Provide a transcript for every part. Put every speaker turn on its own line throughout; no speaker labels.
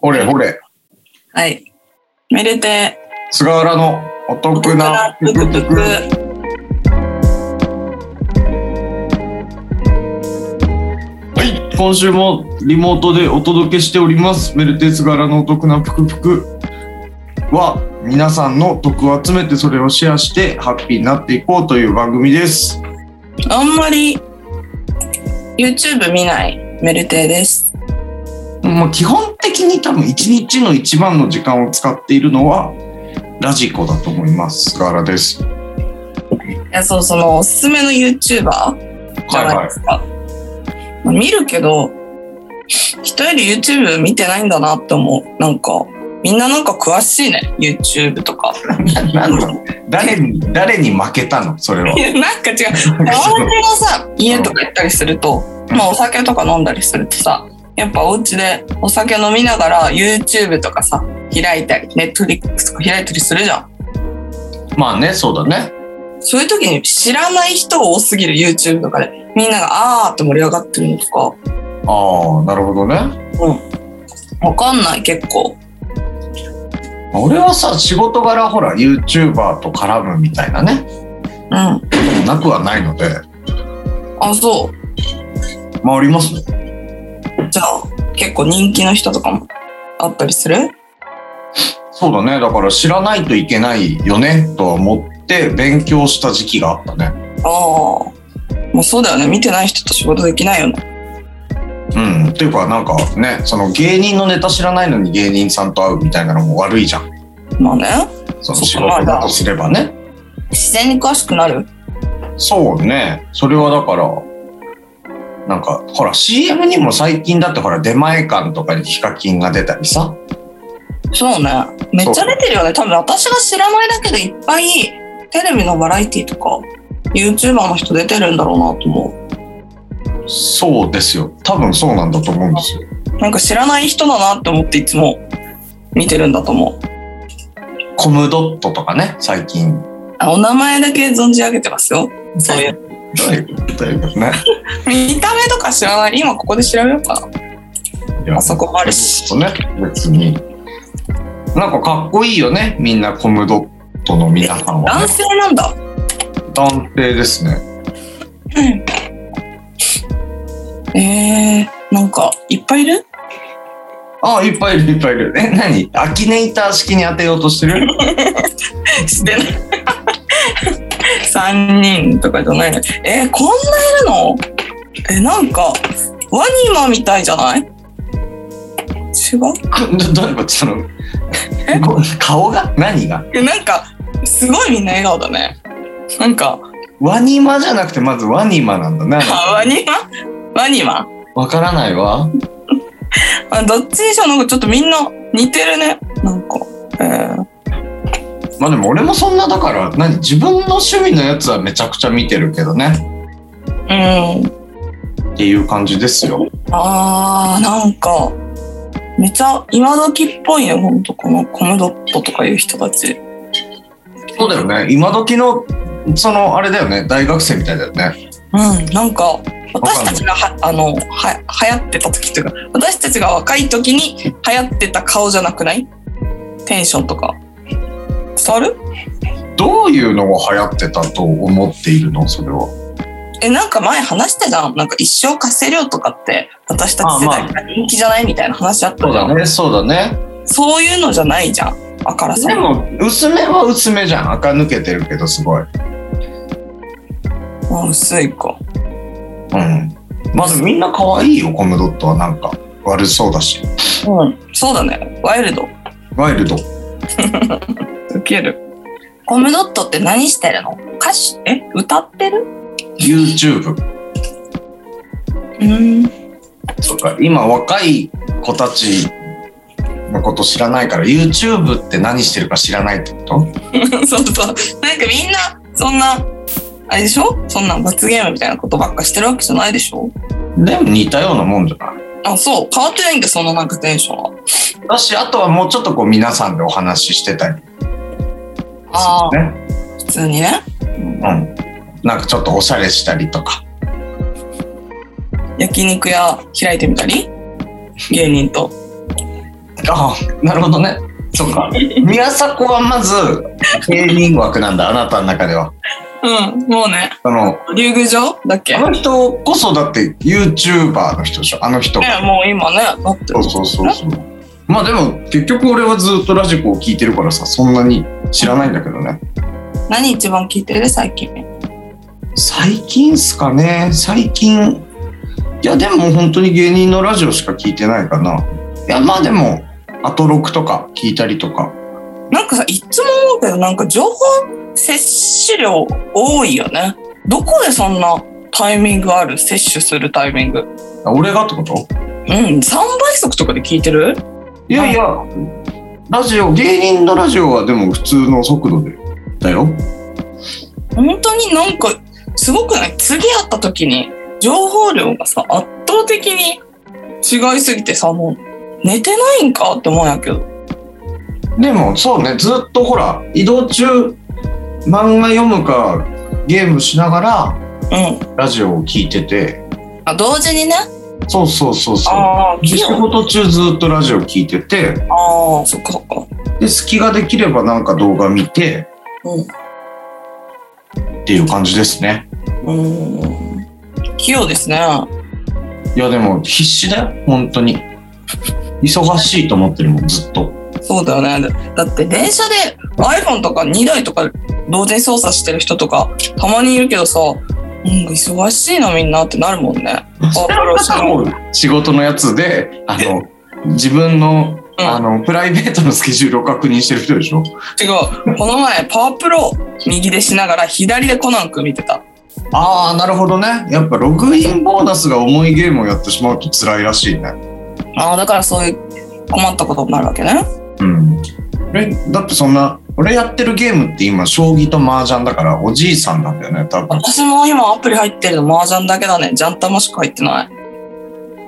ほれほれ。
はい。めでて。
菅原のお得なぷくぷく。はい。今週もリモートでお届けしております。メルテ菅原のお得なぷくぷくは、皆さんの得を集めてそれをシェアしてハッピーになっていこうという番組です。
あんまり YouTube 見ないメルテです。
まあ、基本的に多分一日の一番の時間を使っているのはラジコだと思います。菅原です。
いや、そう、そのおすすめの YouTuber じゃないですか。まあ見るけど、人より YouTube 見てないんだなって思う。なんか、みんななんか詳しいね。YouTube とか。
い。なんだろう誰に、誰に負けたのそれ は。
いやなんか違う。周りのさ、家とか行ったりすると、まあお酒とか飲んだりするとさ、やっぱお家でお酒飲みながら YouTube とかさ、開いたり、Netflix とか開いたりするじゃん。
まあね、そうだね。
そういう時に知らない人多すぎる YouTube とかで、みんながあーって盛り上がってるのとか、
ああ、なるほどね。
わかんない結構。
俺はさ、仕事柄ほら、YouTuber と絡むみたいなね、
うん。あ、
なくはないので、
そ
まあありますね。
う。じゃあ、結構人気の人とかもあったりする
そうだね。だから知らないといけないよね、とは思って勉強した時期があったね。
ああ。もうそうだよね。見てない人と仕事できないよね。
うん、っていうかなんかねその芸人のネタ知らないのに芸人さんと会うみたいなのも悪いじゃん
まあね。
その
そっか
仕事だとすればね
自然に詳しくなる
そうねそれはだからなんかほら CM にも最近だってほら出前館とかにヒカキンが出たりさ
そうね。めっちゃ出てるよね。多分私が知らないだけでいっぱいテレビのバラエティとか YouTuber の人出てるんだろうなと思
そうですよ多分そうなんだと思うんですよ
う。なんか知らない人だなって思っていつも見てるんだと思う。
コムドットとかね最近
あお名前だけ存じ上げてますよ。そう いう。
どういうことだよね
見た目とか知らない。今ここで調べようかな。
いや
あそこもあるし。
ね別になんかかっこいいよねみんなコムドットの皆さんは、ね
男、性なんだ。
男性ですね
えー、なんかいっぱいいる
あいっぱいいるいっぱいいる。え、何アキネイター式に当てようとして る
してない。3人とかじゃないの。えーこんないるのえ、なんか、ワニマみたいじゃない違う
どどういうことその
え
ご顔が何が
えなんか、すごいみんな笑顔だね。なんか、
ワニマじゃなくてまずワニマなんだね。
あワニマワニマ
わからないわ。
あどっちにしろなんかちょっとみんな似てるね。なんか、えー
まあでも俺もそんなだから、何自分の趣味のやつはめちゃくちゃ見てるけどね。
うん。
っていう感じですよ。
あー、なんか、めちゃ今時っぽいね、ほんと、このコムドットとかいう人たち。
そうだよね。今時の、そのあれだよね。大学生みたいだよね。
うん、なんか私たちがはあのは流行ってた時というか私たちが若い時に流行ってた顔じゃなくないテンションとか伝わる
どういうのが流行ってたと思っているのそれは。
えなんか前話したじゃんなんか一生貸せ量とかって私たち世代が人気じゃないみたいな話あったじゃん、
ね。そうだね。
そういうのじゃないじゃんあからさ
で
ま
も、薄めは薄めじゃん。垢抜けてるけど、すごい。
あ薄いか
うん。まずみんな可愛いよ、コムドットはなんか。悪そうだし。
うんそうだねワイルド
ワイルド。
ウケるコムドットって何してるの歌手え歌ってる
YouTube。
うん
とか、今若い子たちのこと知らないから、YouTube って何してるか知らないってこと
そうそう。なんかみんな、そんな、あれでしょそんな罰ゲームみたいなことばっかしてるわけじゃないでしょ
でも似たようなもんじゃない
あ、そう。変わってないんだ、そんななんかテンションは。
だし、あとはもうちょっとこう皆さんでお話ししてたり。そ
あ
うね。
普通にね。
うん。なんかちょっとおしゃれしたりとか。
焼肉屋開いてみたり芸人と。
あなるほどねそっか宮迫はまず芸人枠なんだあなたの中では
うん、もうね、
その
竜宮城だっけ
あの人こそだって YouTuber の人でしょあの人
ね、もう今ね、だって
そうそうそうそうまあでも結局俺はずっとラジコを聞いてるからさそんなに知らないんだけどね
何一番聞いてる最近。
最近っすかね最近いやでも本当に芸人のラジオしか聞いてないかないやまあでもアトロクとか聞いたりとか
なんかさ、いつも思うけど、なんか情報摂取量多いよね。どこでそんなタイミングある摂取するタイミング。うん、
あ俺がってこと
3倍速とかで聞いてる
いやいやラジオ芸人のラジオはでも普通の速度でだよ
本当になんか、すごくない次会った時に、情報量がさ、圧倒的に違いすぎてさ、もう、寝てないんかって思うんやけど。
でもそうねずっとほら移動中漫画読むかゲームしながら
うん。
ラジオを聞いてて
あ、同時にね。
そうそうそうそう
ああ、
で仕事中ずっとラジオ聞いてて
ああ、そっかそっか。
で隙ができればなんか動画見て
うん。
っていう感じですね
うーん。器用ですね。
いやでも必死だよ本当に忙しいと思ってるもんずっと
そうだよね。だだって電車で iPhone とか2台とか同時に操作してる人とかたまにいるけどさ、うん、忙しいなみんなってなるもんね。あ、そ
もう仕事のやつであの自分の
うん
あのプライベートのスケジュールを確認してる人でしょ
違う。この前パワープロ右でしながら左でコナン君見てた。
ああなるほどねやっぱログインボーナスが重いゲームをやってしまうと辛いらしいね
ああ、だからそういう困ったことになるわけね。
うん俺だってそんな俺やってるゲームって今将棋と麻雀だからおじいさんなんだよね多分
私も今アプリ入ってるの麻雀だけだね。ジャンタマしか入ってない。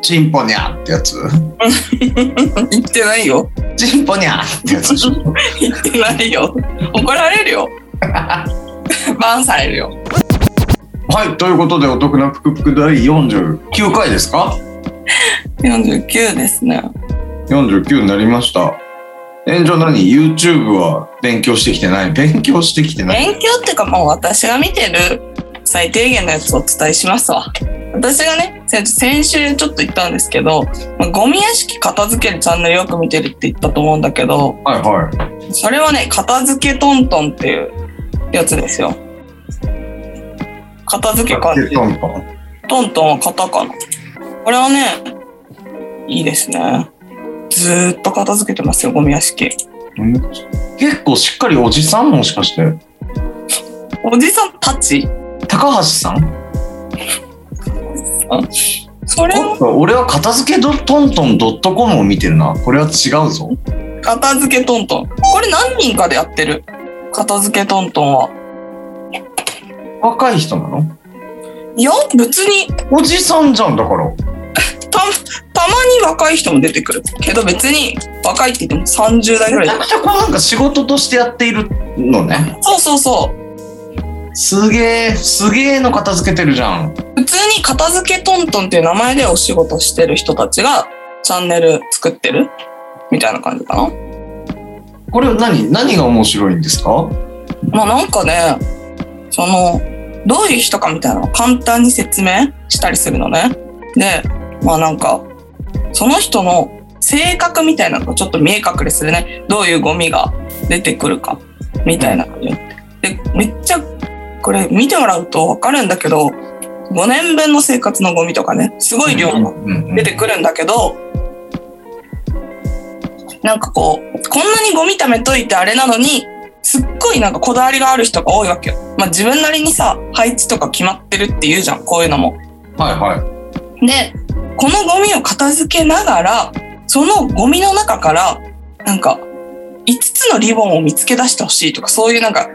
チンポニャーってやつ
行ってないよ。
チンポニャーってやつでしょ
行ってないよ。怒られるよ。バンされるよ。
はいということでお得なぷくぷく第49回ですか
49ですね。
49になりました炎上何 YouTube は勉強してきてない勉強してきてない
勉強っていうかもう私が見てる最低限のやつをお伝えしますわ私がね先先週ちょっと言ったんですけど、まあゴミ屋敷片付けるチャンネルよく見てるって言ったと思うんだけど
はいはい
それはね片付けトントンっていうやつですよ片付け感じ
トントン
トントンは型かなこれはねいいですねずーっと片付けてますよゴミ屋敷
うん結構しっかりおじさんもしかして
おじさんたち
高橋さん
それ
お
も
っと俺は片付けドトントンドットコムを見てるなこれは違うぞ
片付けトントン。これ何人かでやってる片付けトントンは。
若い人なの
いや、別に、た、
おじさんじゃんだから
たまに若い人も出てくる。けど別に、若いって言っても30代ぐ
め
らい
ちゃ
だ。
くちゃこうなんか仕事としてやっているのね
そうそうそう。
すげえすげえの片付けてるじゃん
普通に片付けトントンっていう名前でお仕事してる人たちが、チャンネル作ってるみたいな感じかな。
これ何何が面白いんですか
まあなんかね、その、どういう人かみたいなのを簡単に説明したりするのね。で、まあなんか、その人の性格みたいなのがちょっと見え隠れするね。どういうゴミが出てくるか、みたいなのによって。で、めっちゃ、これ見てもらうとわかるんだけど、5年分の生活のゴミとかね、すごい量の
うんうんうん
出てくるんだけど、なんかこう、こんなにゴミ溜めといてあれなのに、すっごいなんかこだわりがある人が多いわけよ。まあ自分なりにさ、配置とか決まってるって言うじゃん、こういうのも。
はいはい
で、このゴミを片付けながら、そのゴミの中から、なんか、5つのリボンを見つけ出してほしいとか、そういうなんか、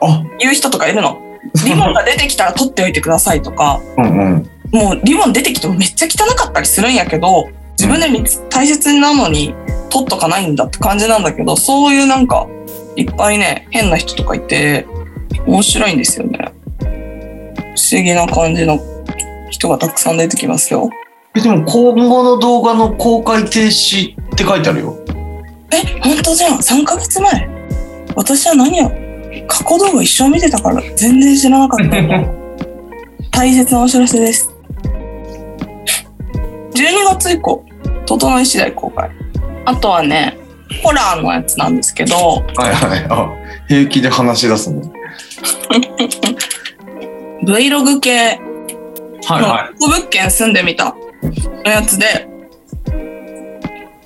あ
言う人とかいるの。リボンが出てきたら取っておいてくださいとか、
うんうん
もうリボン出てきてもめっちゃ汚かったりするんやけど自分で見つ大切なのに取っとかないんだって感じなんだけどそういうなんかいっぱいね変な人とかいて面白いんですよね不思議な感じの人がたくさん出てきますよ
えでも今後の動画の公開停止って書いてあるよ
え、本当じゃん。3ヶ月前。私は何を、過去動画一生見てたから、全然知らなかったんだ。 大切なお知らせです。12月以降、整い次第公開。あとはね、ホラーのやつなんですけど、
はいはい。あ、平気で話し出すの。
Vlog 系
は
の古物件住んでみたのやつで、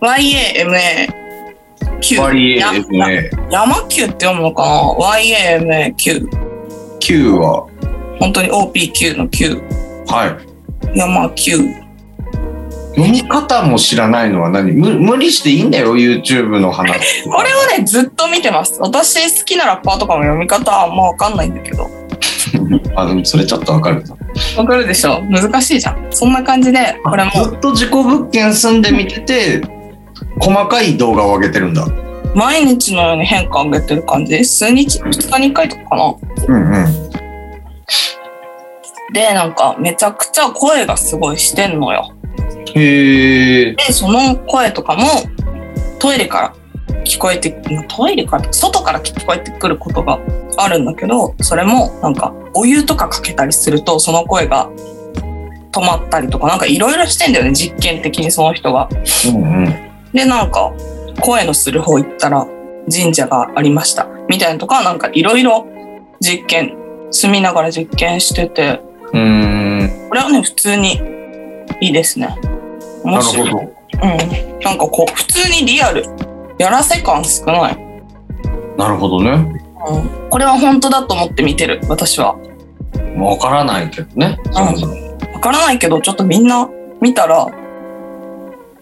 YAMA
い
9
バリエ
や
ですね。
山級って読むのかな ?YAMA 級。
9は、
本当に OP 級の級。
はい。
山級。
読み方も知らないのは何無無理していいんだよ、YouTube の 話。
これをね、ずっと見てます。私好きなラッパーとかも読み方はあんまわかんないんだけど。
あの、それちょっとわかるな。
わかるでしょ難しいじゃん。そんな感じで、これも
ずっと自己物件住んでみてて、細かい動画を上げてるんだ。
毎日のように変化を上げてる感じ。数日、2日に1回とかかな。
うんうん。
で、なんかめちゃくちゃ声がすごいしてんのよ。
へえ。
で、その声とかもトイレから聞こえて、トイレから、外から聞こえてくることがあるんだけど、それもなんかお湯とかかけたりするとその声が止まったりとか、なんかいろいろしてんだよね、実験的にその人が。
うんうん。
で、なんか声のする方行ったら神社がありました。みたいなとか、なんかいろいろ実験、住みながら実験してて、
うーん。
これはね、普通にいいですね。
な
面
る
白い。
ほ
うん。なんかこう、普通にリアル。やらせ感少ない。
ど。なるほどね。
うん。これは本当だと思って見てる、私は。
わからないけどね。
うわからないけど、ちょっとみんな見たら、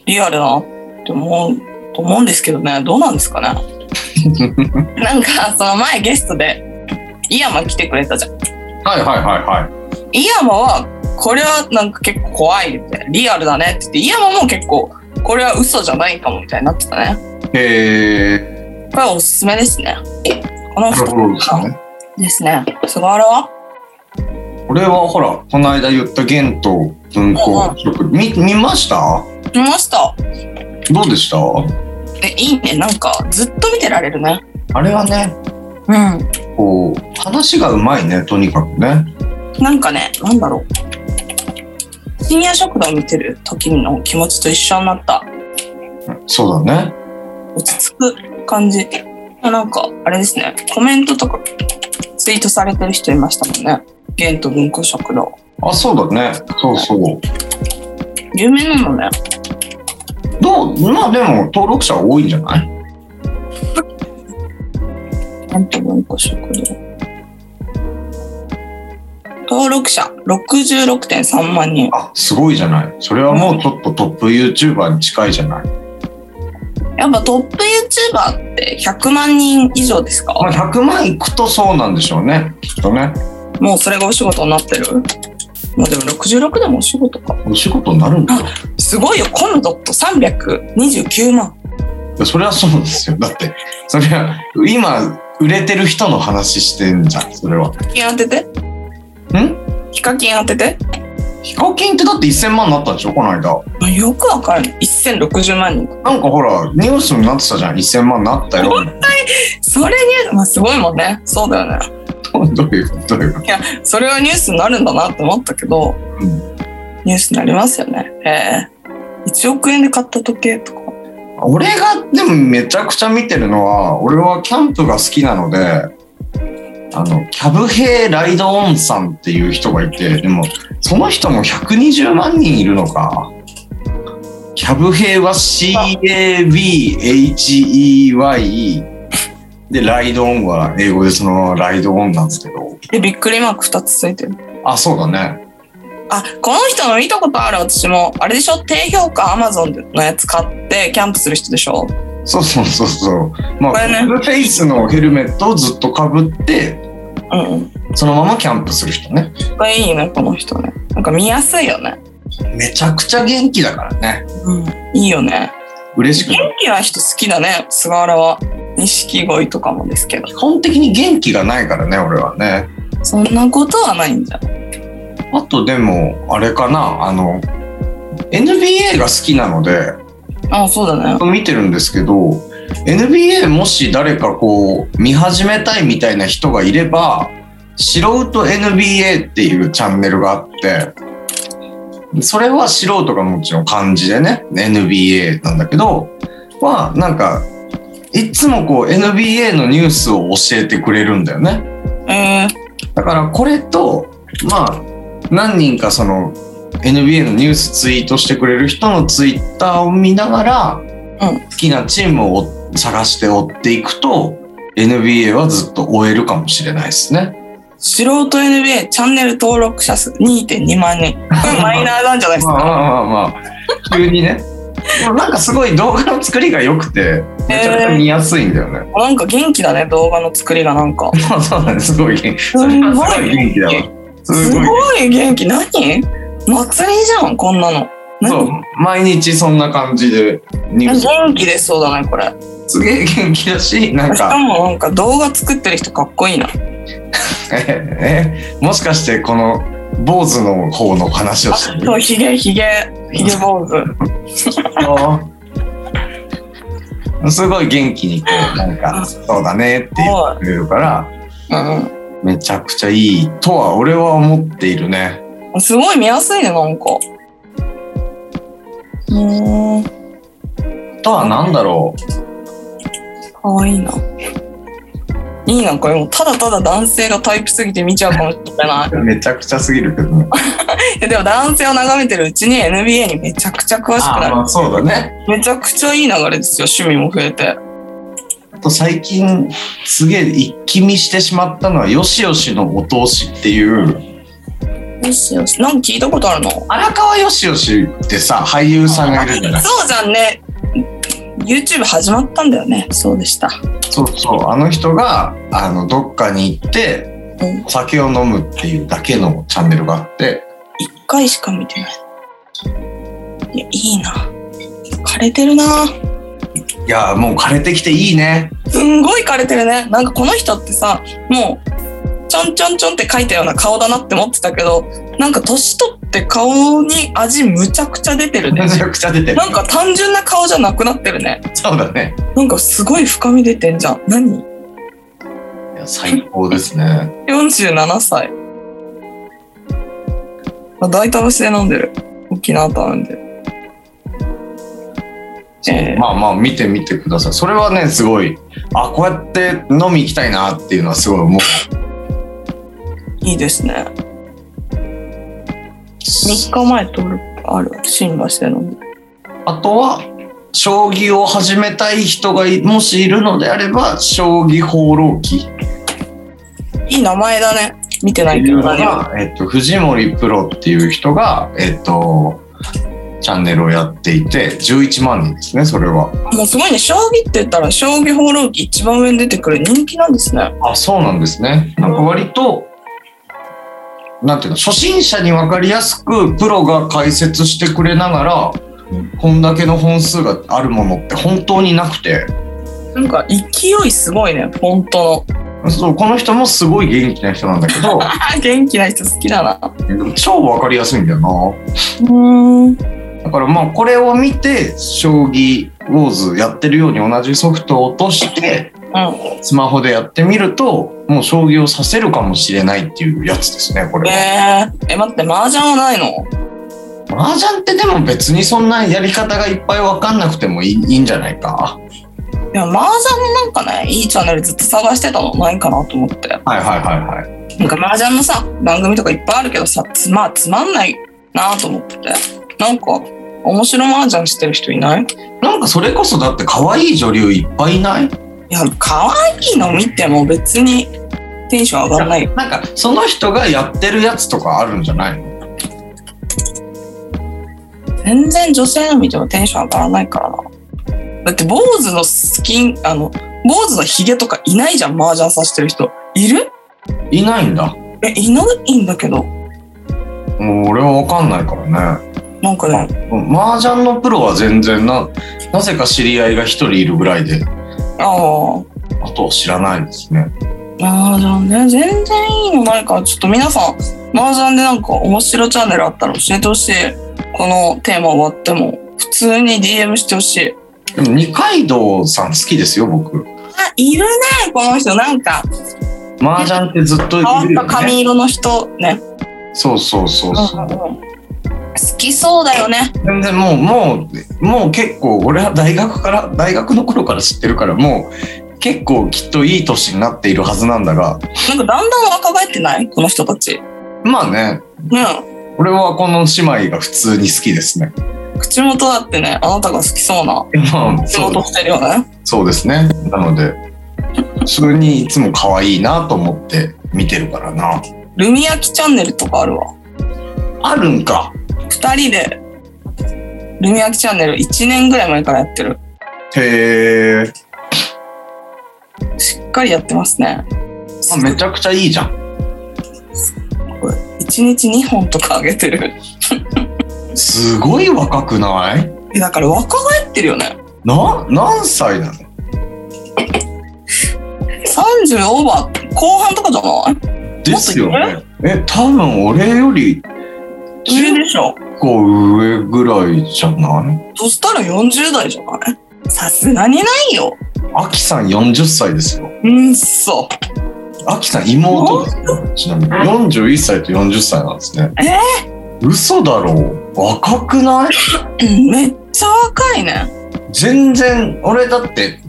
リアルだなって思う、と思うんですけどね。どうなんですかね。なんか、その前ゲストで、井山来てくれたじゃん
はいはいはいはい。
イヤマは、これはなんか結構怖いみたいな、リアルだねって言って、イヤマも結構、これは嘘じゃないかもみたいになってたね。
へえ。
これはおすすめですね。この
なる
2
ほどですね。
人ですね。菅原は
これはほら、この間言った玄東文庫食。み、見ました
見ました。
どうでした
え、いいね。なんか、ずっと見てられるね。
あれはね、
うん。
こう、話がうまいね、とにかくね。
なんかね、なんだろう。深夜食堂見てる時の気持ちと一緒になった。
そうだね。
落ち着く感じ。なんか、あれですね。コメントとか、ツイートされてる人いましたもんね。ゲント文庫食堂。
あ、そうだね。そうそう。
有名なのね。
どうまあでも、登録者多いんじゃない
なんと文庫食堂。登録者66.3万人。
あ、すごいじゃない。それはもうちょっとトップ YouTuber に近いじゃない。
やっぱトップ YouTuber って100万人以上ですか
まあ、100万いくとそうなんでしょうね。きっとね。
もうそれがお仕事になってるまあでも66でもお仕事か。
お仕事になるんだよ。
すごいよ、コムドット329万。
いやそれはそうですよ。だって、それは、今、売れてる人の話してんじゃん、それは。
ヒカキン当てて。
ん
ヒカキン当てて。
ヒカキンってだって1000万になったでしょ、この間。
あよくわかるね。1060万人。
なんかほら、ニュースになってたじゃん、1000万になったよ。
それに、まあすごいもんね。そうだよね。
どういうことどういうこと
それはニュースになるんだなって思ったけど、
うん
ニュースになりますよね。ええ1億円で買った時計とか。
俺がでもめちゃくちゃ見てるのは俺はキャンプが好きなのであのキャブヘイライドオンさんっていう人がいてでもその人も120万人いるのかキャブヘイは CABHEYE でライドオンは英語でそのままライドオンなんですけど
で、びっくりマーク2つついてる。
あそうだね
あ、この人の見たことある私も。あれでしょ低評価 Amazon のやつ買ってキャンプする人でしょ
そうそうそうそうまあ
これね
フルフェイスのヘルメットをずっとかぶって
うんうん。
そのままキャンプする人ね
これいいね、この人ね。なんか見やすいよね。
めちゃくちゃ元気だからね。
うん。いいよね。
嬉しく
元
なる。
気な人好きだね、菅原は。錦鯉とかもですけど。
基本的に元気がないからね、俺はね。
そんなことはないんじゃん。
あとでも、あれかな、あの、NBA が好きなので、
あ、そうだね。
見てるんですけど、 NBA もし誰かこう見始めたいみたいな人がいれば素人 NBA っていうチャンネルがあってそれは素人がもちろん漢字でね NBA なんだけどはなんかいつもこう NBA のニュースを教えてくれるんだよね
え
だからこれとまあ何人かその NBA のニュースツイートしてくれる人のツイッターを見ながら
うん
好きなチームを探して追っていくと NBA はずっと追えるかもしれないですね。
素人 NBA チャンネル登録者数2.2万人。これマイナーなんじゃないです
まあ
か。
まあまあまあ急に ね。でもなんかすごい動画の作りが良くてめちゃくちゃ見やすいんだよね。
なんか元気だね、動画の作りがなんか。
そうそうだねすごい元気。
ご
そ
い
れはすごい元気だわ。す
す
ごい。
ごい元気。何祭りじゃん、こんなの。
そ
何
う毎日そんな感じでニュース
元気でそうだね、これ。
すげえ元気だしなん
し
か
かもなんか動画作ってる人かっこいいな。
え えもしかしてこの坊主の方の話を
あ
して
そう、
る
ひげ、ひげ、ひげ坊主。
すごい元気にこうなんか「
あ
そうだね」って言ってくれるから
う
めちゃくちゃいいとは俺は思っているね
ん。すごい見やすいね、なんか。うーん、
あとは何だろう
かわいいな。いいな、これもうただただ男性がタイプすぎて見ちゃうかもしれない。
めちゃくちゃすぎるけどね
いやでも男性を眺めてるうちに NBA にめちゃくちゃ詳しく
あ
な
ー
る。
まあそうだね
めちゃくちゃいい流れですよ、趣味も増えて。
あと最近すげえ一気見してしまったのはよしよしのお通しっていう
よしよし。なんか聞いたことあるの
荒川よしよしってさ俳優さんがいるじゃない
そうじゃんね。YouTube 始まったんだよね。そうでした。
そうそうあの人があのどっかに行って
うん。
お酒を飲むっていうだけのチャンネルがあって
一回しか見てない。いや、いいな。枯れてるな。
いやーもう枯れてきていいね
すんごい枯れてるね。なんかこの人ってさ、もう、ちょんちょんちょんって書いたような顔だなって思ってたけど、なんか年取って顔に味むちゃくちゃ出てるね
め。ちゃくちゃ出てる
なんか単純な顔じゃなくなってるね。
そうだね
なんかすごい深み出てんじゃん。何
いや最高ですね
?47 歳。あ大田橋で飲んでる。沖縄タウンで。 えー
まあまあ見てみてくださいそれはねすごいあこうやって飲み行きたいなっていうのはすごい思う
いいですね。3日前登録ある。新橋で飲んでる。
あとは将棋を始めたい人がいもしいるのであれば将棋放浪記
いい名前だね。見て
っ
な
て
い
い
け
う
ど
の
何も。
が、えっと、藤森プロっていう人が、えっと、チャンネルをやっていて、11万人ですね、それは。
もうすごいね。将棋って言ったら、将棋放浪記一番上に出てくる人気なんですね。
あ、そうなんですね。なんか割と、なんていうの、初心者に分かりやすく、プロが解説してくれながら
うん、
こんだけの本数があるものって本当になくて、
なんか勢いすごいね。本当の。
そう、この人もすごい元気な人なんだけ ど、
あ元気な人好きだな。
超分かりやすいんだよな。
うーん。
だからまあこれを見て将棋ウォーズやってるように同じソフトを落として
う
スマホでやってみるともう将棋をさせるかもしれないっていうやつですねこ
ん。
れは。
えー、え、待って、麻雀はないの
麻雀ってでも別にそんなやり方がいっぱい分かんなくてもいいいいんじゃないか。
でも麻雀のなんかね、いいチャンネルずっと探してたのないかなと思って。
はいはいはいはい。
なんか麻雀のさ、番組とかいっぱいあるけどさ、つまあ、つまんないなと思ってて。なんか、面白麻雀してる人いない
なんかそれこそだって可愛い女流いっぱいいない
いや、可愛いの見ても別にテンション上がんないよ。
なんかその人がやってるやつとかあるんじゃないの
全然女性の見てもテンション上がらないからな。だって、坊主のスキン、あの、坊主のヒゲとかいないじゃん、麻雀さしてる人。いる
いないんだ。
え、いないんだけど。
もう俺は分かんないからね。
なんかね、
麻雀のプロは全然ななぜか知り合いが一人いるぐらいで
ああ。
あとは知らないですね
麻雀ね全然いいのないからちょっと皆さん麻雀でなんか面白チャンネルあったら教えてほしいこのテーマ終わっても普通に DM してほしい
でも二階堂さん好きですよ、僕。
あ、いるね、この人。なんか、
麻雀ってずっとい
変わっ
る
た
よ、ね。
髪色の人ね。
そうそうそうそう。
好きそうだよね。
全然もうもうもう結構俺は大学から大学の頃から知ってるからもう結構きっといい年になっているはずなんだが
なんかだんだん若返ってないこの人たち。
まあね
ね
俺はこの姉妹が普通に好きですね。
口元だってね、あなたが好きそうな
まあ
口
そう
元してるよね。
そうですねなので普通にいつも可愛いなと思って見てるからな
ルミヤキチャンネルとかあるわ。
あるんか
二人で、ルミヤキチャンネル1年ぐらい前からやってる。
へえ
しっかりやってますね。
めちゃくちゃいいじゃん
1日2本とか上げてる。
すごい若くない
えだから若返ってるよね。
な何歳なの
30オーバー後半とかじゃない
ですよねえ多分俺より
上でしょ。
結構上ぐらいじゃない
そしたら40代じゃないさすがにないよ。
アキさん40歳ですよ。
うんそ。
アキさん妹ですよ。ちなみに41歳と40歳なんですね。
え
嘘だろう若くない
うんめっちゃ若いね。
全然、俺だって、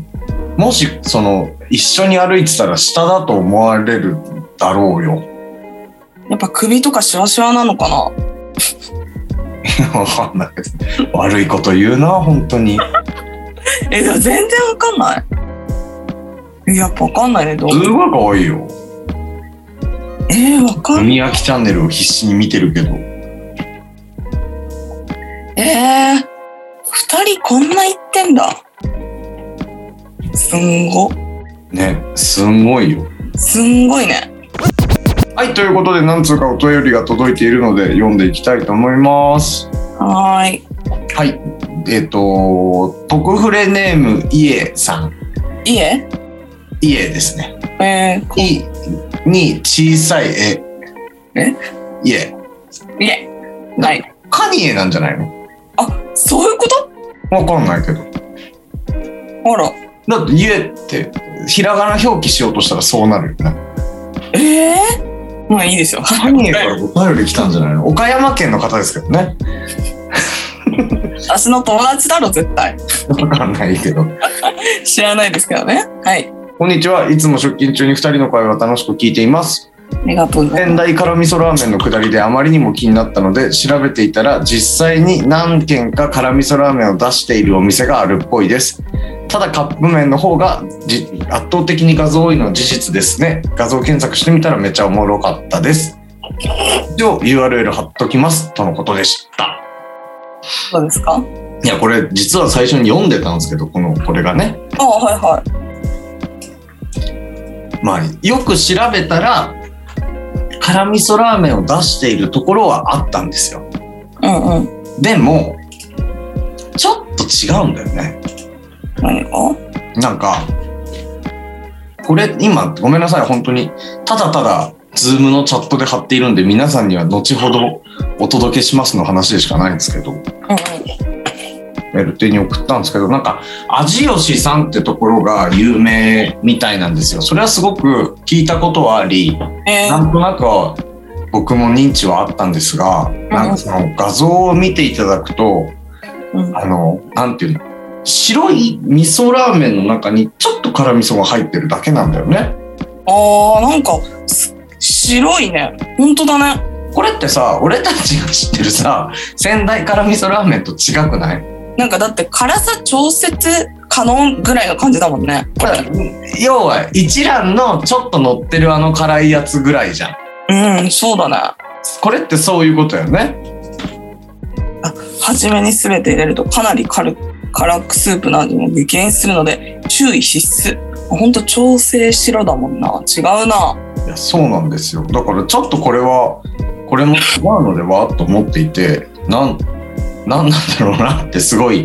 もしその一緒に歩いてたら下だと思われるだろうよ。
やっぱ首とかシワシワなのかな
わかんないです。悪いこと言うな、本当に。
え、でも全然わかんない。えやっぱわかんないね、どう
すごい可愛いよ。
えー、わかんない。
海きチャンネルを必死に見てるけど。
えー、二人こんな言ってんだ。すんご。
ね、すんごいよ。
すんごいね。
はい、ということで何通かお便りが届いているので読んでいきたいと思います。
はーい。
はい、えっ、と特フレネームイエさん、
いいえ
イエですね。
えー、
イに小さい絵。
え？
イエ。
いいえ。はい。
カニエなんじゃないの？
そういうこと
わかんないけど。
あら。
だってイエってひらがな表記しようとしたらそうなるよね。
えー、まあいいですよ。
カニエからお便り来たんじゃないの？岡山県の方ですけどね。
私の友達だろ、絶対。
わかんないけど。
知らないですけどね。はい。
こんにちは。いつも出勤中に二人の会話楽しく聞いています。
ありがとうござい
仙
ま
台辛味噌ラーメンの下りであまりにも気になったので調べていたら実際に何軒か辛味噌ラーメンを出しているお店があるっぽいですただカップ麺の方がじ圧倒的に画像多いのは事実ですね画像検索してみたらめちゃおもろかったです以上 URL 貼っときますとのことでした
す。どうですか
いやこれ実は最初に読んでたんですけどこのこれがね
あはいは
まあ、よく調べたら辛味噌ラーメンを出しているところはあったんですよ
い。うんうん。
でもちょっと違うんだよね
何が
なんかこれ今ごめんなさい本当にただただズームのチャットで貼っているんで皆さんには後ほどお届けしますの話でしかないんですけどメルテに送ったんですけどなんか味吉さんってところが有名みたいなんですよそれはすごく聞いたことはあり
うんうん。え
なんとなくは僕も認知はあったんですがなんかその画像を見ていただくと
ー、うん
あの、なんていうの白い味噌ラーメンの中にちょっと辛味噌が入ってるだけなんだよね。
あーなんかす白いね本当だね
これってさ、俺たちが知ってるさ、仙台辛味噌ラーメンと違くない
なんかだって辛さ調節可能ぐらいの感じだもんね
これ要は一蘭のちょっと乗ってるあの辛いやつぐらいじゃん。
うんそうだね
これってそういうことよね。
初めに全て入れるとかなり軽く辛くスープの味も激減するので注意必須ほんと調整しろだもんな違うない
や、そうなんですよ。だからちょっとこれは、これも違うのではと思っていて、なん、なんなんだろうなってすごい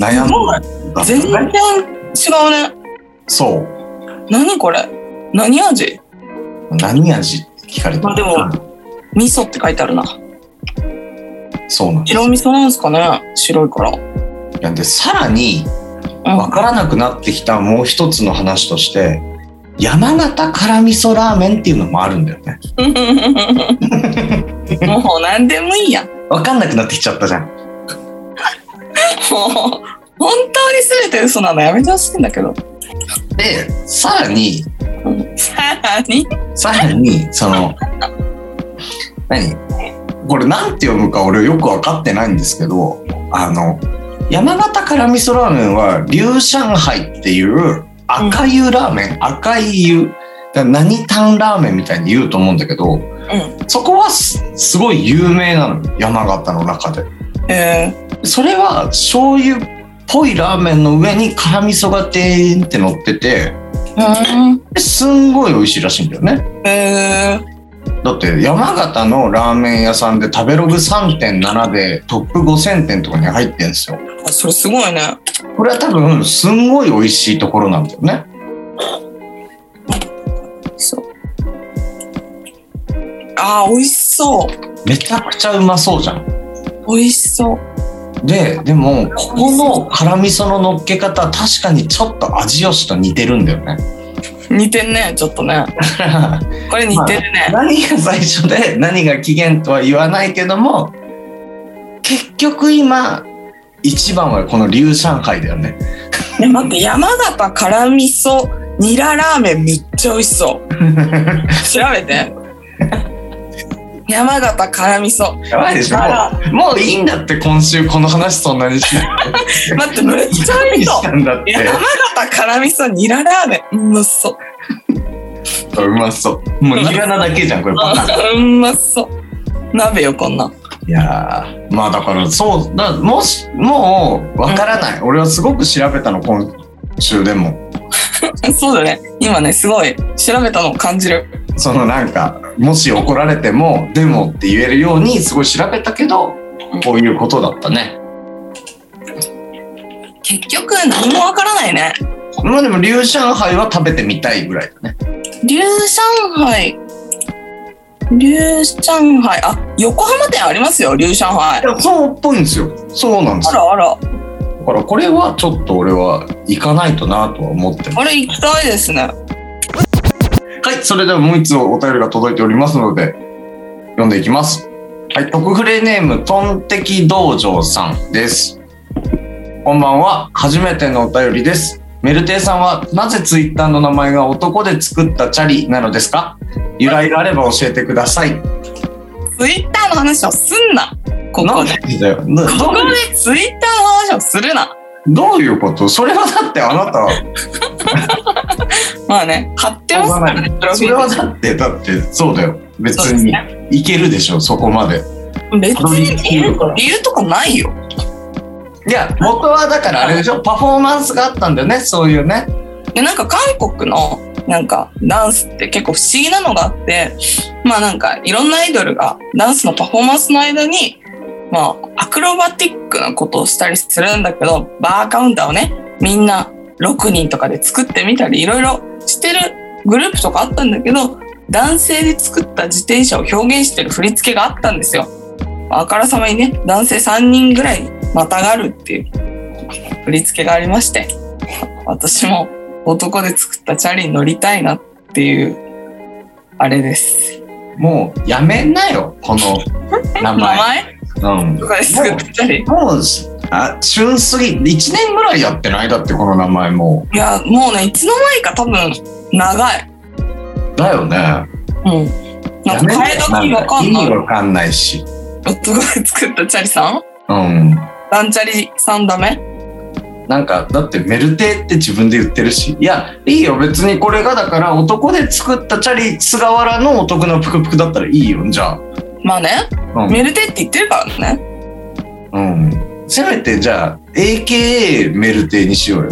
悩んだんだ
全然
よ
違う
ね。
ね
そう。
何これ何味
何味って聞かれて
まあでも味噌って書いてあるな
そうなんです
白味噌なんですかね白いから
なんでさらに
うん
分からなくなってきたもう一つの話として山形辛味噌ラーメンっていうのもあるんだよね
もう何でもいいやん。
分かんなくなってきちゃったじゃん
もう本当に全て嘘なのやめてほしいんだけど。
でさらに
さらに。
さらにその何これなんて読むか俺よく分かってないんですけどあの山形辛味噌ラーメンは龍上海っていう赤湯ラーメン、赤い湯だから何タンラーメンみたいに言うと思うんだけど
う
そこはすすごい有名なの山形の中で
ん。え
それは醤油っぽいラーメンの上に辛味噌がてーんって乗ってて
ー、
すんごい美味しいらしいんだよね
うん。えー、
だって山形のラーメン屋さんで食べログ3.7でトップ5000点とかに入ってんですよ
あそれすごいね。
これは多分すんごい美味しいところなんだよね
そう。あー、美味しそ
めちゃくちゃうまそうじゃん
う。美味しそう。
ででもここの辛味噌の乗っけ方は確かにちょっと味吉と似てるんだよね
似てんね、ちょっとね。
だから
これ似てるね。
何が最初で何が起源とは言わないけども結局今一番はこの龍上海だよね
ね待って、山形辛味噌ニララーメンめっちゃ美味し そう。調べて。山形辛味噌。
やばいでしょ
あら
もうもういいんだって今週この話そんなにしない
待って、めっちゃ美味しそ
し。
う
たんだっ
山
て
形辛味噌ニララーメンうまそう
うまそうもうニラなだけじゃんこれバカ
うまそう鍋よこんなん
いやーまあだからそうだもしもうわからない、俺はすごく調べたの今週でも
そうだね今ねすごい調べたのを感じる
そのなんかもし怒られてもでもって言えるようにすごい調べたけどこういうことだったね
結局何もわからないね
まあでも龍上海は食べてみたいぐらいだね
龍上海龍上海あ横浜店ありますよ龍上海
いやそうっぽいんですよそうなんです
あ
よ
らあら
だからこれはちょっと俺は行かないとなとは思ってます
これ行きたいですね
はい、それではもう一つお便りが届いておりますので、読んでいきます。はい、特フレネーム、トンテキ道場さんです。こんばんは、初めてのお便りです。メルテイさんは、なぜツイッターの名前が男で作ったチャリなのですか由来があれば教えてください。
ツイッターの話をすんなこ
な
こ
ん
で
でだよ。な
ここでツイッターの話をするな
どういうことそれはだってあなた、
まあね貼ってますからねプロフ
そ
ィ
れは
ー
だって、だって、そうだよ。別
そうです
に、いけるでしょ、そこまで。
ル別に理由理由とかないよ
いや、元はだからあれでしょ、パフォーマンスがあったんだよね、そういうね。
でなんか韓国のなんかダンスって結構不思議なのがあってまあなんかいろんなアイドルがダンスのパフォーマンスの間にまあアクロバティックなことをしたりするんだけどバーカウンターをねみんな6人とかで作ってみたりいろいろしてるグループとかあったんだけど男性で作った自転車を表現してる振り付けがあったんですよ。あからさまにね男性3人ぐらいまたがるっていう振り付けがありまして私も男で作ったチャリに乗りたいなっていうあれです。
もうやめなよ、こ の名
名
前。
前
うん、
とかで作ったチャリ。
もう、あ、旬すぎ、1年ぐらいやってないだって、この名前も
いやもうねいつの間にか多分長い。
う。だよね。
うん。な
や
ん
め
か
な
変
よ
えた時わかんな
意味
い。
わかんないし。
男で作ったチャリさん
うん。
男チャリさんダメ
なんか、だってメルテって自分で言ってるし。いや、いいよ、別にこれがだから男で作ったチャリ、菅原のお得なプクプクだったらいいよ、じゃあ。
まあね、
うん
メルテって言ってるからね。
うん。せめてじゃあ、AKA メルテにしようよ。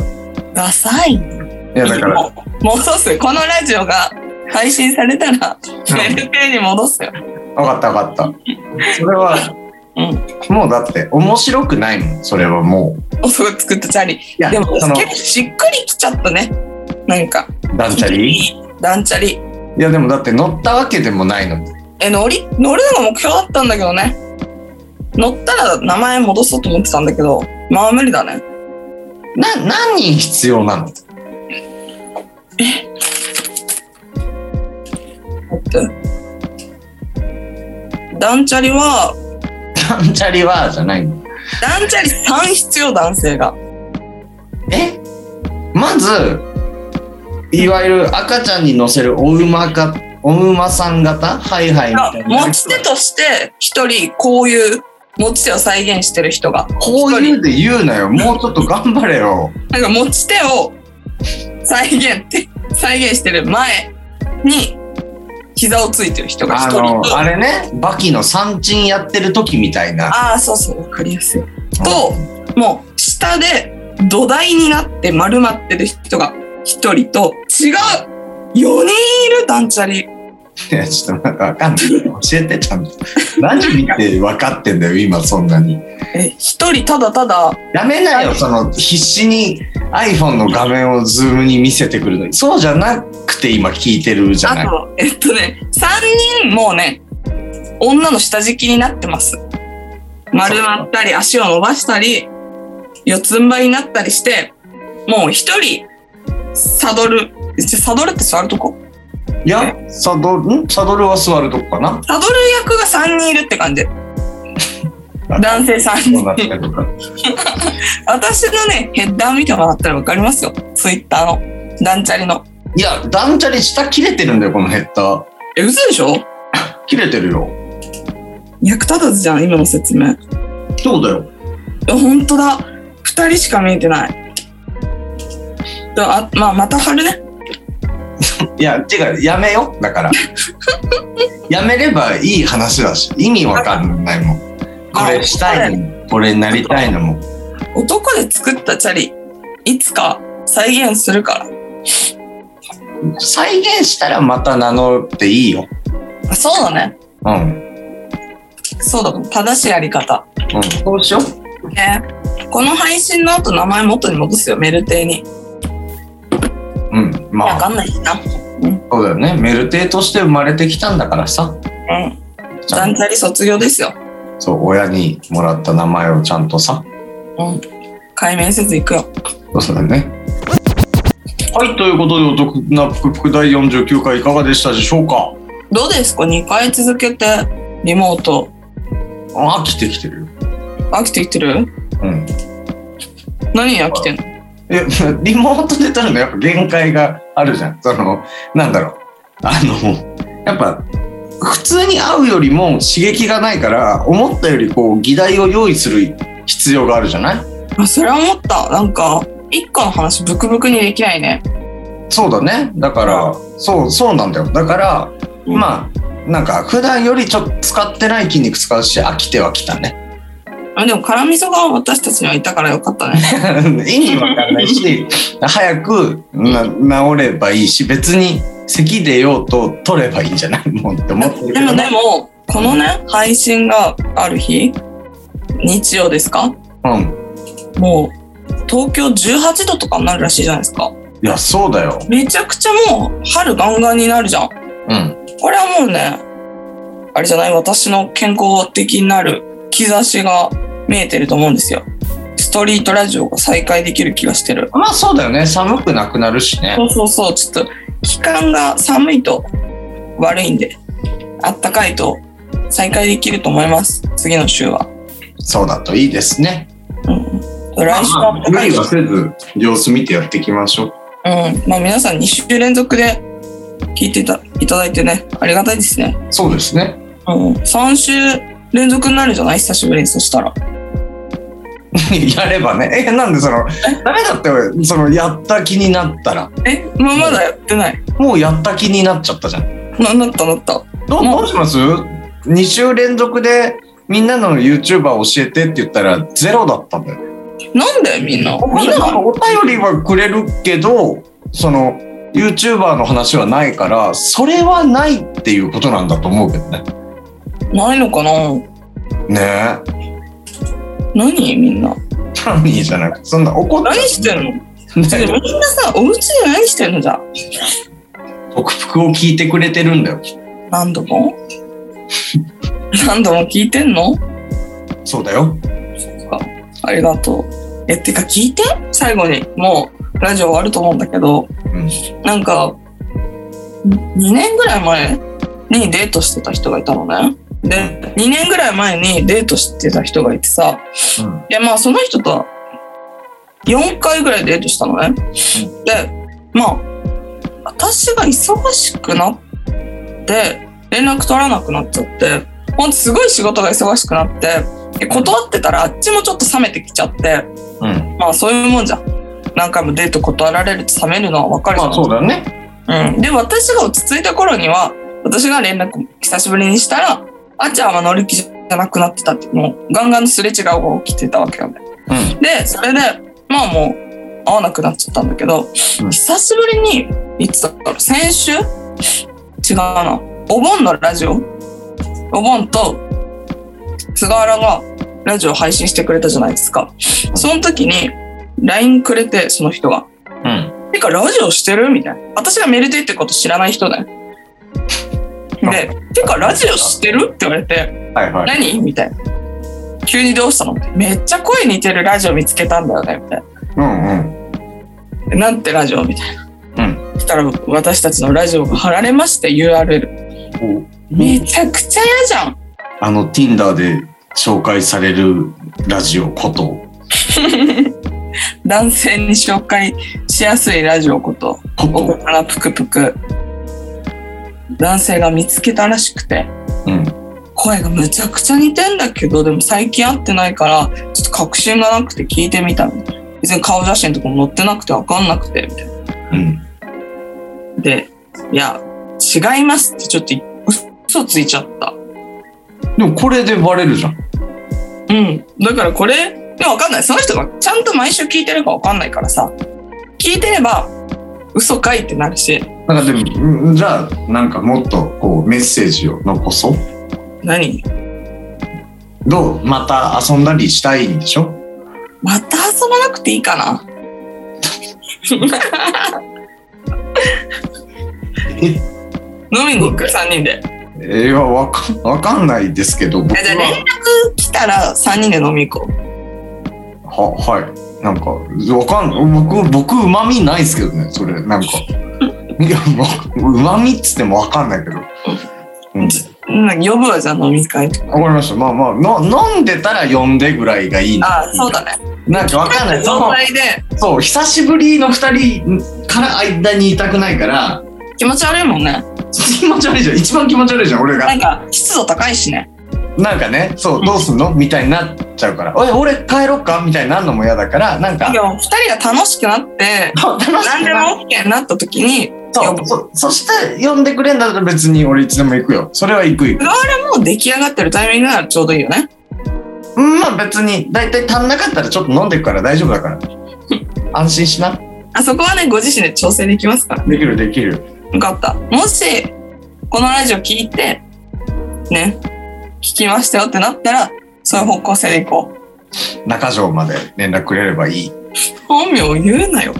ダサい。
いや、だから。
もう戻す。このラジオが配信されたら、メルテに戻すよ。
分かった分かったそれは、もうだって面白くないもんそれはもう
男で作ったチャリ。
いや
でも
その
結構しっくりきちゃったね。なんか。
ダンチャリい
ダンチャリ。
やでもだって乗ったわけでもないのに
え、乗り、乗るのが目標だったんだけどね。乗ったら名前戻そうと思ってたんだけど、まあ無理だね。
な、何人必要なの
待ってダンチャリは、
ダンチャリは、じゃないの。
ダンチャリ3必要、男性が。
えまず、いわゆる赤ちゃんに乗せるお馬か、お馬さん型はいはいみたいな。
持ち手として、一人、こういう持ち手を再現してる人が。
こういうで言うなよ。もうちょっと頑張れよ。
なんか持ち手を再現って、再現してる前に、膝をついてる人が一
あ
人
の、
と。
あれね、バキの三鎮やってる時みたいな。
ああ、そうそう、わかりやすい。と、もう、下で土台になって丸まってる人が一人と、違う !4 人いるダンチャリ。
いや、ちょっとなんかわかんない。教えて、ちゃんと。何見て分かってんだよ、今そんなに。
え、一人ただただ、
やめなよ、その、必死に iPhone の画面をズームに見せてくるのに。そうじゃなくて今聞いてるじゃな
あ
い。
と、えっとね、3人もうね、女の下敷きになってます。丸まったり、足を伸ばしたり、四つん這いになったりして、もう一人、サドル、えサドルって座るとこ
いや、サドル、んサドルは座るとこかな。
サドル役が3人いるって感じ。男性3
そうなって
人。
るとか。
私のね、ヘッダー見てもらったらわかりますよ。ツイッターの、ダンチャリの。
いや、ダンチャリ下切れてるんだよ、このヘッダー。
え、嘘でしょ
切れてるよ。
役立たずじゃん、今の説明。
そうだよ。
本当だ二人しか見えてないとあまあまた貼るね
いや、てか、やめよ、だから。 やめればいい話だし、意味わかんないもん。これしたいのも、これになりたいのも。
男で作ったチャリいつか再現するから
再現したらまた名乗っていいよ。
あそうだね
うん。うん。
そうだ正しいやり方
そうしよう。
ねこの配信の後名前元に戻すよメルテイに
うん。ま
わ
あ、
かんないしな
そうだよね。メルテイとして生まれてきたんだからさ。
うん
ちゃ
断
ん
チャリ卒業ですよ
そう、親にもらった名前をちゃんとさ。
うん解明せず行くよ
そうだね。はい、ということで、お得なぷくぷく第49回いかがでしたでしょうか
どうですか2回続けてリモート
あ、飽きてきてるよ。
飽きてきてる
うん。
何に飽きてんの
え、リモートで撮るのやっぱ限界があるじゃん。その、なんだろう。あの、やっぱ、普通に会うよりも刺激がないから、思ったよりこう、議題を用意する必要があるじゃない
あそれは思ったなんか一個の話ブクブクにできないね
そうだね。だから、そう、そうなんだよ。だから、
うん
まあ、なんか、普段よりちょっと使ってない筋肉使うし、飽きてはきたね。
あでも辛味噌が私たちにはいたからよかった ね
意味わかんない し早くな治ればいいし別に咳出ようと取ればいいんじゃないもんって思ってるけ
で
ど
もでもこのね配信がある日日曜ですか
うん
もう東京18度とかになるらしいじゃないですか
いやそうだよ
めちゃくちゃもう春ガンガンになるじゃん
うん
これはもうねあれじゃない私の健康的になる兆しが見えてると思うんですよストリートラジオが再開できる気がしてる
まあそうだよね寒くなくなるしね
そうそうそう、ちょっと期間が寒いと悪いんで、あったかいと再開できると思います、次の週は。
そうだといいですね
うん、来週
まあ
はあ
ま
っ
あ
た
無
かい
理はせず様子見てやっていきましょう
うん、まあ皆さん2週連続で聞いていたいただいてね、ありがたいですね。
そうですね
うん、3週連続になるじゃない久しぶりに、そしたら。
やればねえなんでそのダメだってそのやった気になったら
え、まあ、まだやってない。
もうやった気になっちゃったじゃん
な、なったなった。
どう
も
ど
う
うします ?2 週連続でみんなの YouTuber 教えてって言ったらゼロだったんだよね。
なんでみんなみんな
お便りはくれるけどその YouTuber の話はないからそれはないっていうことなんだと思うけどね。
ないのかな
ねえ。
何みんな。
何じゃなくてそんな怒っ
何してんのちょっ
ね
とみんなさ、お家で何してんのじゃあ
特服を聞いてくれてるんだよ。
何度も 何度も聞いてんの
そうだよ。
そっかありがとう。え、てか聞いて最後に。もう、ラジオ終わると思うんだけど、
うん
なんか、2年ぐらい前にデートしてた人がいたのね。で、2年ぐらい前にデートしてた人がいてさ、
うん
で、まあその人とは4回ぐらいデートしたのね。で、まあ、私が忙しくなって、連絡取らなくなっちゃって、ほんとすごい仕事が忙しくなって、で断ってたらあっちもちょっと冷めてきちゃって、
うん
まあそういうもんじゃん。何回もデート断られると冷めるのはわかるじ
ま
ゃん
あそうだね
うん、で私が落ち着いた頃には私が連絡久しぶりにしたらあっちゃんは乗り気じゃなくなってたってもうガンガンのすれ違いが起きてたわけよね。
うん
でそれでまあもう会わなくなっちゃったんだけ
う
ど、
ん
久しぶりにいつだったら先週違うなお盆のラジオお盆と菅原がラジオ配信してくれたじゃないですか。その時に LINE くれてその人が。
うん
てか、ラジオしてるみたいな。私がメルテってこと知らない人だよ。で、てか、ラジオしてるって言われて、
はいはい
何みたいな。急にどうしたのってめっちゃ声似てるラジオ見つけたんだよね、みたい
うんうん
な。なんてラジオみたいな。
うん
そしたら、私たちのラジオが貼られまして URL。
こう
めちゃくちゃ嫌じゃん。
あの Tinder で紹介されるラジオこと
男性に紹介しやすいラジオこと、
こ
おことからぷくぷく。男性が見つけたらしくて。
うん
声がむちゃくちゃ似てんだけどでも最近会ってないからちょっと確信がなくて聞いてみたみたいな別に顔写真とかも載ってなくて分かんなくてみたいな
うん
でいや違いますってちょっと嘘ついちゃった
でもこれでバレるじゃん
うんだからこれでも分かんないその人がちゃんと毎週聞いてるか分かんないからさ聞いてれば嘘かいってなるし
なんかでもうんじゃあなんかもっとこうメッセージを残そう
何
どうまた遊んだりしたいんでしょ
また遊ばなくていいか な
え
飲みに行く3人で
えー、わかんわかんないですけど僕
えじゃあ連
は
絡来たら3人で飲み行こう
ははいなんかわかん僕僕うまみないですけどねそれなんかいや うまみっつってもわかんないけど、うん、
うん、呼ぶわ、じゃあ飲み会とか。
わかりましたまあまあの飲んでたら呼んでぐらいがいいな
ああ、そうだね。
なんかわかんないそ
状
の
態で
そう久しぶりの2人から間にいたくないから
気持ち悪いもんね。
気持ち悪いじゃん一番気持ち悪いじゃん俺が
なんか湿度高いしね。
なんかね、そうう、どうすんのみたいになっちゃうから、おい、俺帰ろっかみたいになるのも嫌だから、なんか
い、や、二人が楽しくなって、
楽しく
何でも OK になった時に、
そうそ、そして呼んでくれんだったら別に俺いつでも行くよ。それは行く行く。
もう出来上がってるタイミングならちょうどいいよね。
うん、まあ別に、だいたい足んなかったらちょっと飲んでくから大丈夫だから。安心しな。
あそこはね、ご自身で調整できますから。
できるできる。
よかった。もし、このラジオ聞いて、ね、聞きましたよってなったら、そういう方向性でいこう。
中条まで連絡くれればいい。
本名を言うなよ。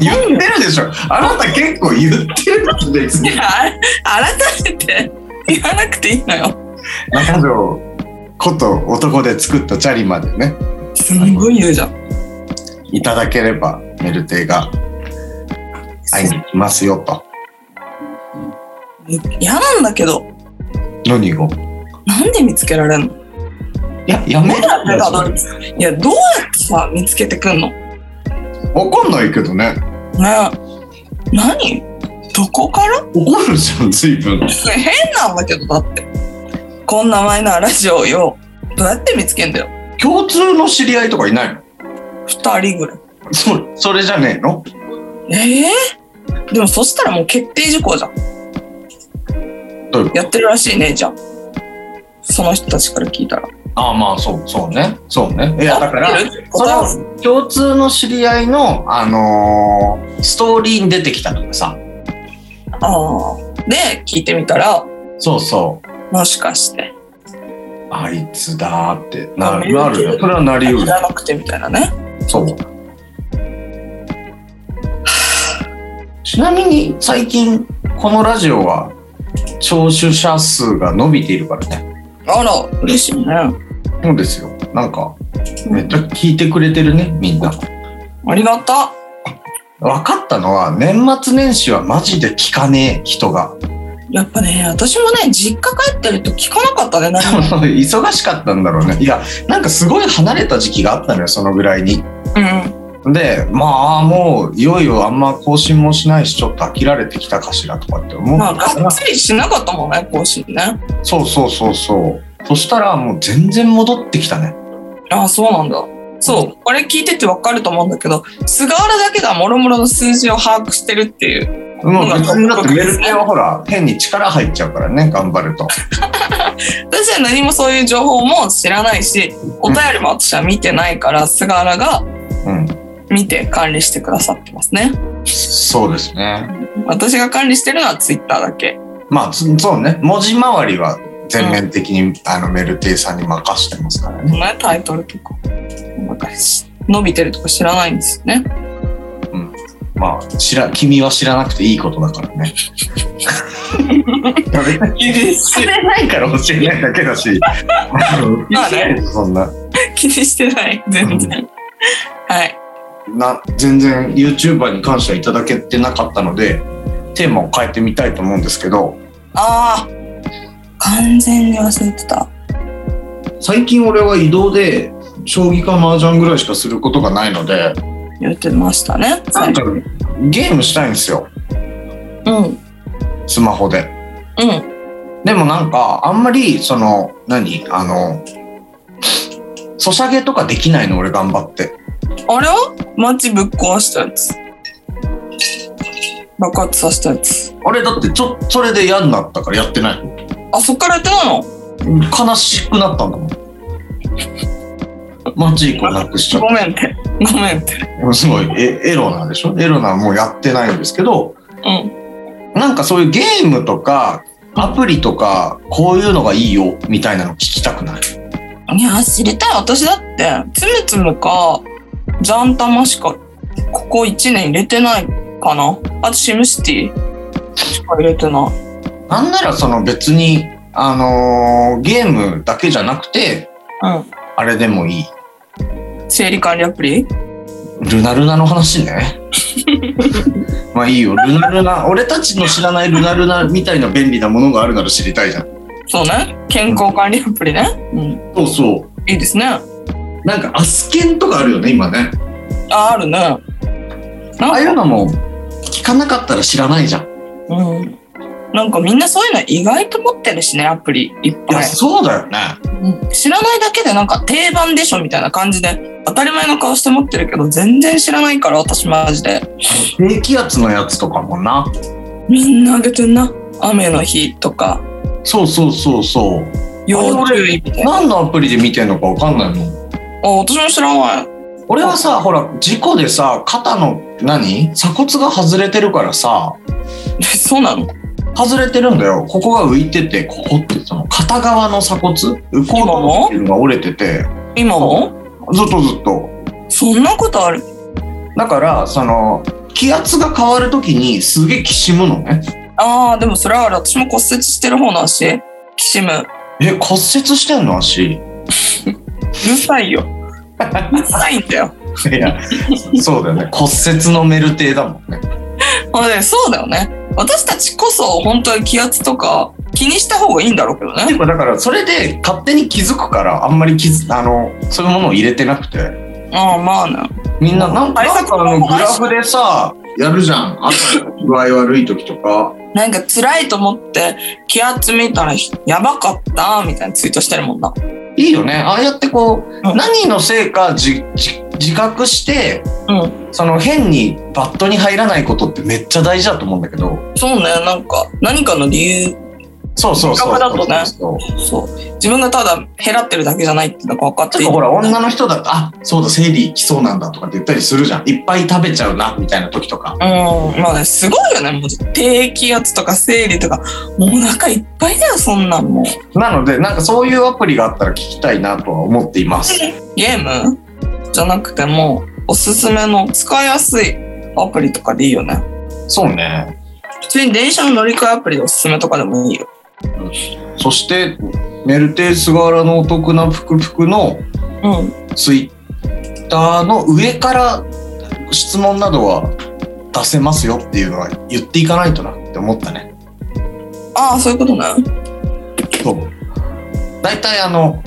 言ってるでしょ。あなた結構言ってるんで別
い
に。
や、あれ改めて言わなくていいのよ。
中条こと男で作ったチャリまでね、
すんごい言うじゃん。
いただければメルテイが会いに来ますよと。
嫌なんだけど、
何を
なんで見つけられんの
いや、やめ
だ
た
っ
ん
て
だ
た
よ。
どり着くいや、どうやってさ、見つけてくんのね
わかんないけどね。
何どこから
怒るじゃん、随分。
変なんだけど、だって。こんなマイナーラジオよ。どうやって見つけんだよ。
共通の知り合いとかいないの
二人ぐらい。
そそれじゃねえの
ええでもそしたらもう決定事項じゃん。
どういうこ
やってるらしいね、じゃあ。その人たちから聞いたら。
とああ、まあ、そう、そうね。そうね。いや、だか
合っ
ら
て、る
その共通の知り合いの、あのーストーリーに出てきたとかさ。
ああ。で、聞いてみたら、
そうそう。
もしかして、
あいつだーってなる。
あ
なるよ。それはなりう
知
る。
らなくてみたいなね。
そう。ちなみに、最近、このラジオは、聴取者数が伸びているからね。
あら、嬉しいね。
そうですよ。なんか、めっちゃ聞いてくれてるね、みんな。
ありがた。
分かったのは、年末年始はマジで聞かねえ人が。
やっぱね、私もね、実家帰ってると聞かなかったね、何も。
忙しかったんだろうね。いや、なんかすごい離れた時期があったのよ、そのぐらいに。
うん。
で、まあ、もう、いよいよあんま更新もしないし、ちょっと飽きられてきたかしらとかって思う。
まあ、がっつりしなかったもんね、更新ね。
そうそうそうそう。そしたら、もう全然戻ってきたね。
ああ、そうなんだ。そう。これ聞いててわかると思うんだけど、菅原だけではもろもろの数字を把握してるっていう。
もう別にだってメルペンはほら、変に力入っちゃうからね、頑張ると。
私は何もそういう情報も知らないし、お便りも私は見てないから、菅原が
うん。
見て管理してくださってますね。
そうですね。
私が管理してるのはツイッターだけ。
まあ、つそうね。文字回りは全面的に、あのメルテイさんに任してますからね。
ね、タイトルとか。なんかし伸びてるとか知らないんですよね。
まあ、知ら、君は知らなくていいことだからね。 別に
気にし
知
て
れないから教えないだけだし。あの気にしないでしょそんな。
気にしてない。全然。はい。
な全然 YouTuber に感謝いただけてなかったのでテーマを変えてみたいと思うんですけど
ああ。完全に忘れてた。
最近俺は移動で将棋か麻雀ぐらいしかすることがないので
言ってましたね。
なんかゲームしたいんですよ
うん。うん。
スマホででもなんかあんまりその何あのソシャゲとかできないの俺頑張って
あれは街ぶっ壊したやつ。爆発させたやつ。
あれだってちょそれで嫌になったからやってない
あ、そっからやってたの
悲しくなったんだもんマジーコなくしちゃった
ごめんって。ごめんって。
ものすごいエエロなんでしょエロなんもうやってないんですけど
うん。
なんかそういうゲームとかアプリとかこういうのがいいよみたいなの聞きたくない
いや、知りたい。私だって、つむつむか、ジャンタマしか、ここ1年入れてないかな。あと、シムシティしか入れてない。
なんならその別にあのーゲームだけじゃなくて
う
あれでもいい
ん。生理管理アプリ
ルナルナの話ねまあいいよルナルナ俺たちの知らないルナルナみたいな便利なものがあるなら知りたいじゃん
そうね。健康管理アプリね。うん。
そうそ
いいですね。あ
うなんかアスケンとかあるよね今ね
あるね。
ああいうのも聞かなかったら知らないじゃん
うん。なんかみんなそういうの意外と持ってるしね、アプリい
い
っ
や、
ぱい。
そうだよね
うん知らないだけでなんか定番でしょみたいな感じで、当たり前の顔して持ってるけど、全然知らないから私マジで。
低気圧のやつとかもな
みんなあげてんな。雨の日とか、
そうそうそうそう
要注意みたいな。
何のアプリで見てんのかわかんないもん
あ、私も知らない。
俺はさほら事故でさ肩の何鎖骨が外れてるからさ
えそうなの
外れてるんだよここが浮いててここってその片側の鎖骨右後頭っていうのが折れてて
今も
ずっとずっと
そんなことある
だからその気圧が変わるときにすげえきしむのね
ああ、でもそれはある。私も骨折してる方の足。きしむ。う
え骨折してんの足
るさいよ。うるさいんだよ。
いやそうだよね骨折のメルテだもんね
まあね、そうだよね。私たちこそ本当に気圧とか気にした方がいいんだろうけど
て
ね。
かだからそれで勝手に気づくからあんまり気づあのそういうものを入れてなくて
ああ、まあね。
みんななんか
対
なん
策
かあのグラフでさやるじゃん朝具合悪い時とか
なんか辛いと思って気圧見たらやばかったみたいなツイートしてるもんな。
いいよねああやってこう、
うん
何のせいかじじ自覚して
うん。
その変にバットに入らないことってめっちゃ大事だと思うんだけど
そうね。なんか何かの理由。
そうそうそう
自覚だとね
そうそう
そう。自分がただ減らってるだけじゃないってのが分かって
てかほら女の人だとあそうだ生理来そうなんだとかって言ったりするじゃんいっぱい食べちゃうなみたいな時とか
うん。まあね、すごいよね。もう低気圧とか生理とか、もうお腹いっぱいだよ、そんなんもう。
なのでなんかそういうアプリがあったら聞きたいなとは思っています
ゲームじゃなくても、おすすめの使いやすいアプリとかでいいよね。
そうね。
普通に電車の乗り換えアプリでおすすめとかでもいいよ。
そして、メルテイス柄のお得なふくふくの
うん。
ツイッターの上から質問などは出せますよっていうのは言っていかないとなって思ったね。
ああ、そういうことね。
そう。大体あの、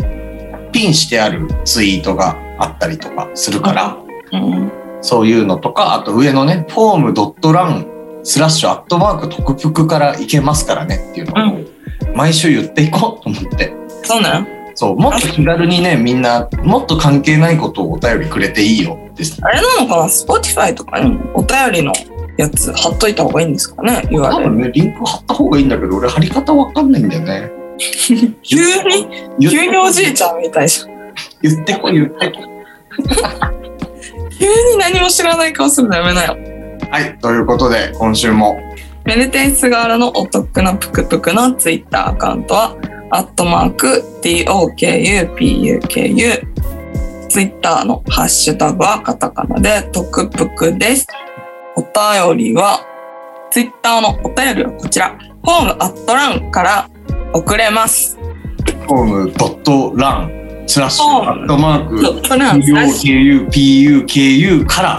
ピンしてあるツイートがあったりとかするから、
うん。
そういうのとか、あと上のね、フォームドットランスラッシュアットマーク特服から行けますからねっていうのを、毎週言っていこうと思って。
そうね。
そう、もっと気軽にね、みんな、もっと関係ないことをお便りくれていいよです。
あれなのかな ?Spotify とかにもお便りのやつ貼っといた方がいいんですかね言
多
われ
分ね、リンク貼った方がいいんだけど、俺貼り方わかんないんだよ ね。
急に、
言っ
急におじいちゃんみたいじゃん。
言ってこい、言ってこ
急に何も知らない顔するのやめなよ。
い。はい、ということで、今週も、
メルテイスガーラのお得なぷくぷくのツイッターアカウントは、アットマーク、DOKUPUKU。ツイッターのハッシュタグはカタカナで、とくぷくです。お便りは、ツイッターのお便りはこちら、ホームアットランから送れます。
ホームドットランスラッシュアットマーク、
そうそれなんですね
UOKUPUKU から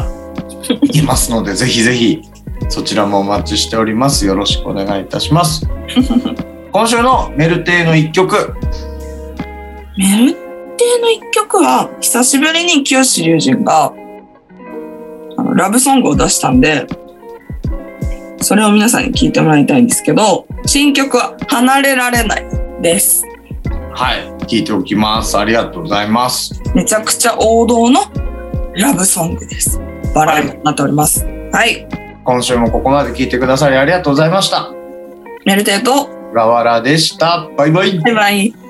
行けますので、ぜひぜひ、そちらもお待ちしております。よろしくお願いいたします。今週のメルテイの一曲、
メルテイの一曲は、久しぶりに清志隆人が、あの、ラブソングを出したんで、それを皆さんに聞いてもらいたいんですけど、新曲は、離れられないです。
はい、聞いておきます。ありがとうございます。
めちゃくちゃ王道のラブソングです。バラードになっております。はい。
今週もここまで聞いてくださりありがとうございました。
メルテイと、
ラワラでした。バイバイ。
バイバイ。